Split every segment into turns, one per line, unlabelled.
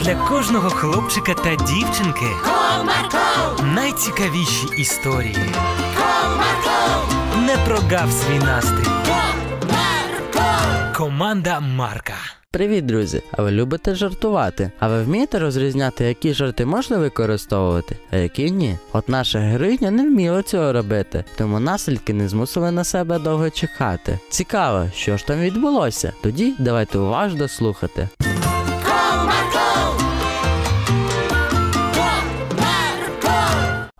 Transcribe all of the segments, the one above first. для кожного хлопчика та дівчинки
Comarco,
найцікавіші історії.
comarco,
Не прогав свій настрій.
comarco.
Команда Марка.
Привіт, друзі! А ви любите жартувати? А ви вмієте розрізняти, які жарти можна використовувати, а які ні? От наша героїня не вміла цього робити, тому наслідки не змусили на себе довго чекати. Цікаво, що ж там відбулося? Тоді давайте уважно слухати.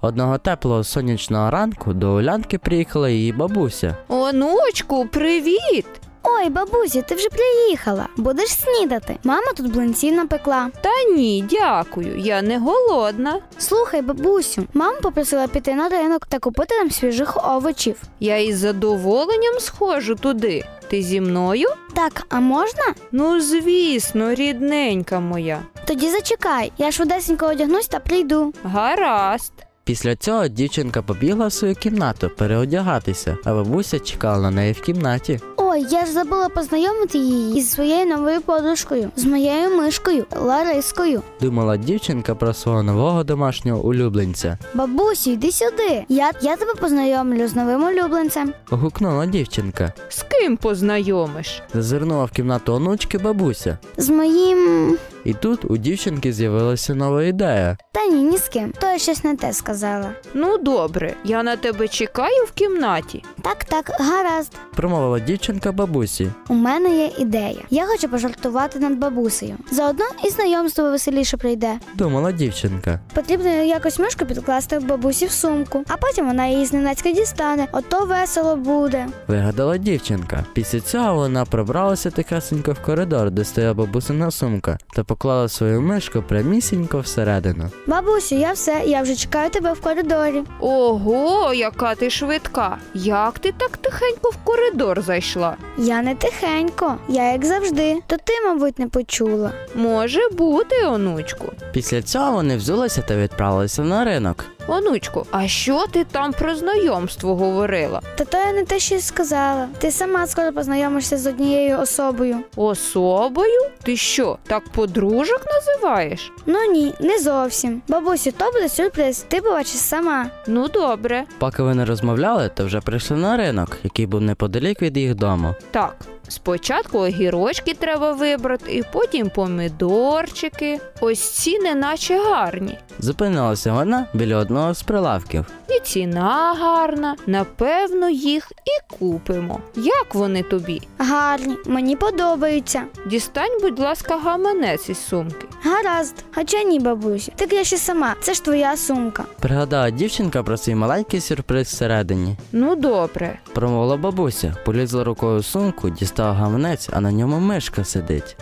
Одного теплого сонячного ранку до Улянки приїхала її бабуся.
Онучку, привіт!
Ой, бабусі, ти вже приїхала. Будеш снідати. Мама тут блинців напекла.
Та ні, дякую, я не голодна.
Слухай, бабусю, мама попросила піти на ринок та купити нам свіжих овочів.
Я із задоволенням схожу туди. Ти зі мною?
Так, а можна?
Ну, звісно, рідненька моя.
Тоді зачекай, я швидесенько одягнусь та прийду.
Гаразд.
Після цього дівчинка побігла в свою кімнату переодягатися, а бабуся чекала на неї в кімнаті.
Ой, я ж забула познайомити її із своєю новою подружкою, з моєю мишкою Ларискою.
Думала дівчинка про свого нового домашнього улюбленця.
Бабусю, йди сюди. Я, я тебе познайомлю з новим улюбленцем.
Гукнула дівчинка,
З ким познайомиш?
зазирнула в кімнату онучки бабуся.
З моїм.
І тут у дівчинки з'явилася нова ідея.
Та ні, ні з ким. То я щось не те сказала.
Ну, добре, я на тебе чекаю в кімнаті.
Так, так, гаразд.
Промовила дівчинка бабусі.
У мене є ідея. Я хочу пожартувати над бабусею. Заодно і знайомство веселіше прийде.
Думала дівчинка.
Потрібно якось мишку підкласти в бабусі в сумку, а потім вона її зненацька дістане. Ото весело буде.
Вигадала дівчинка. Після цього вона пробралася тихесенько в коридор, де стояла бабусина сумка, та поклала свою мишку прямісінько всередину.
Бабусю, я все, я вже чекаю тебе в коридорі.
Ого, яка ти швидка! Як ти так тихенько в коридор зайшла?
Я не тихенько, я як завжди. То ти, мабуть, не почула.
Може бути, онучку.
Після цього вони взулися та відправилися на ринок.
Онучку, а що ти там про знайомство говорила?
Та то я не те, що й сказала. Ти сама скоро познайомишся з однією особою.
Особою? Ти що, так подружок називаєш?
Ну ні, не зовсім. Бабусю, то буде сюрприз. Ти побачиш сама.
Ну добре,
Поки вони розмовляли, то вже прийшли на ринок, який був неподалік від їх дому.
так. Спочатку огірочки треба вибрати, і потім помідорчики. Ось ці неначе гарні.
Зупинилася вона біля одного з прилавків.
І ціна гарна, напевно, їх і купимо. Як вони тобі?
Гарні, мені подобаються.
Дістань, будь ласка, гаманець із сумки.
Гаразд, хоча ні, бабусю. Так я ще сама, це ж твоя сумка.
Пригадала дівчинка про свій маленький сюрприз всередині.
Ну добре.
Промовила бабуся, полізла рукою в сумку, дістала гаманець, а на ньому мишка сидить.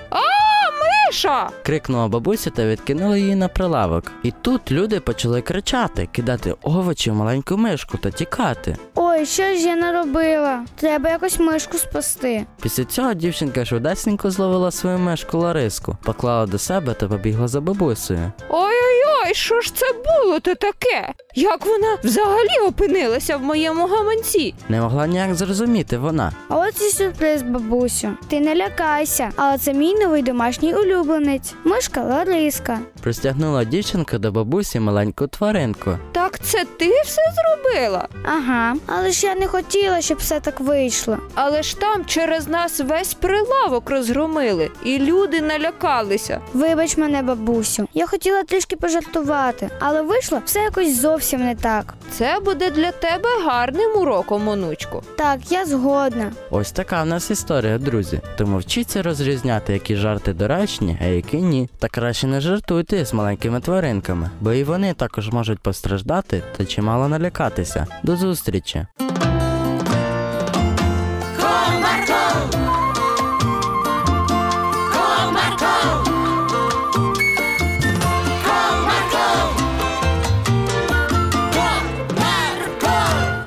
Миша!
Крикнула бабуся та відкинула її на прилавок. І тут люди почали кричати, кидати овочі в маленьку мишку та тікати.
Ой, що ж я наробила? Треба якось мишку спасти.
Після цього дівчинка швидесенько зловила свою мишку Лариску, поклала до себе та побігла за бабусею.
Ой-ой-ой, що ж це було то таке? Як вона взагалі опинилася в моєму гаманці?
Не могла ніяк зрозуміти вона.
А от і сюрприз, бабусю. Ти не лякайся, але це мій новий домашній улюбленець. Мишка Лариска.
Простягнула дівчинка до бабусі маленьку тваринку.
Так це ти все зробила?
Ага, але ж я не хотіла, щоб все так вийшло.
Але ж там через нас весь прилавок розгромили, і люди налякалися.
Вибач мене, бабусю. Я хотіла трішки пожартувати, але вийшло все якось зовсім не так.
Це буде для тебе гарним уроком, онучку.
Так, я згодна.
Ось така в нас історія, друзі. Тому вчіться розрізняти, які жарти доречні, а які ні. Та краще не жартуйте з маленькими тваринками, бо і вони також можуть постраждати та чимало налякатися. До зустрічі!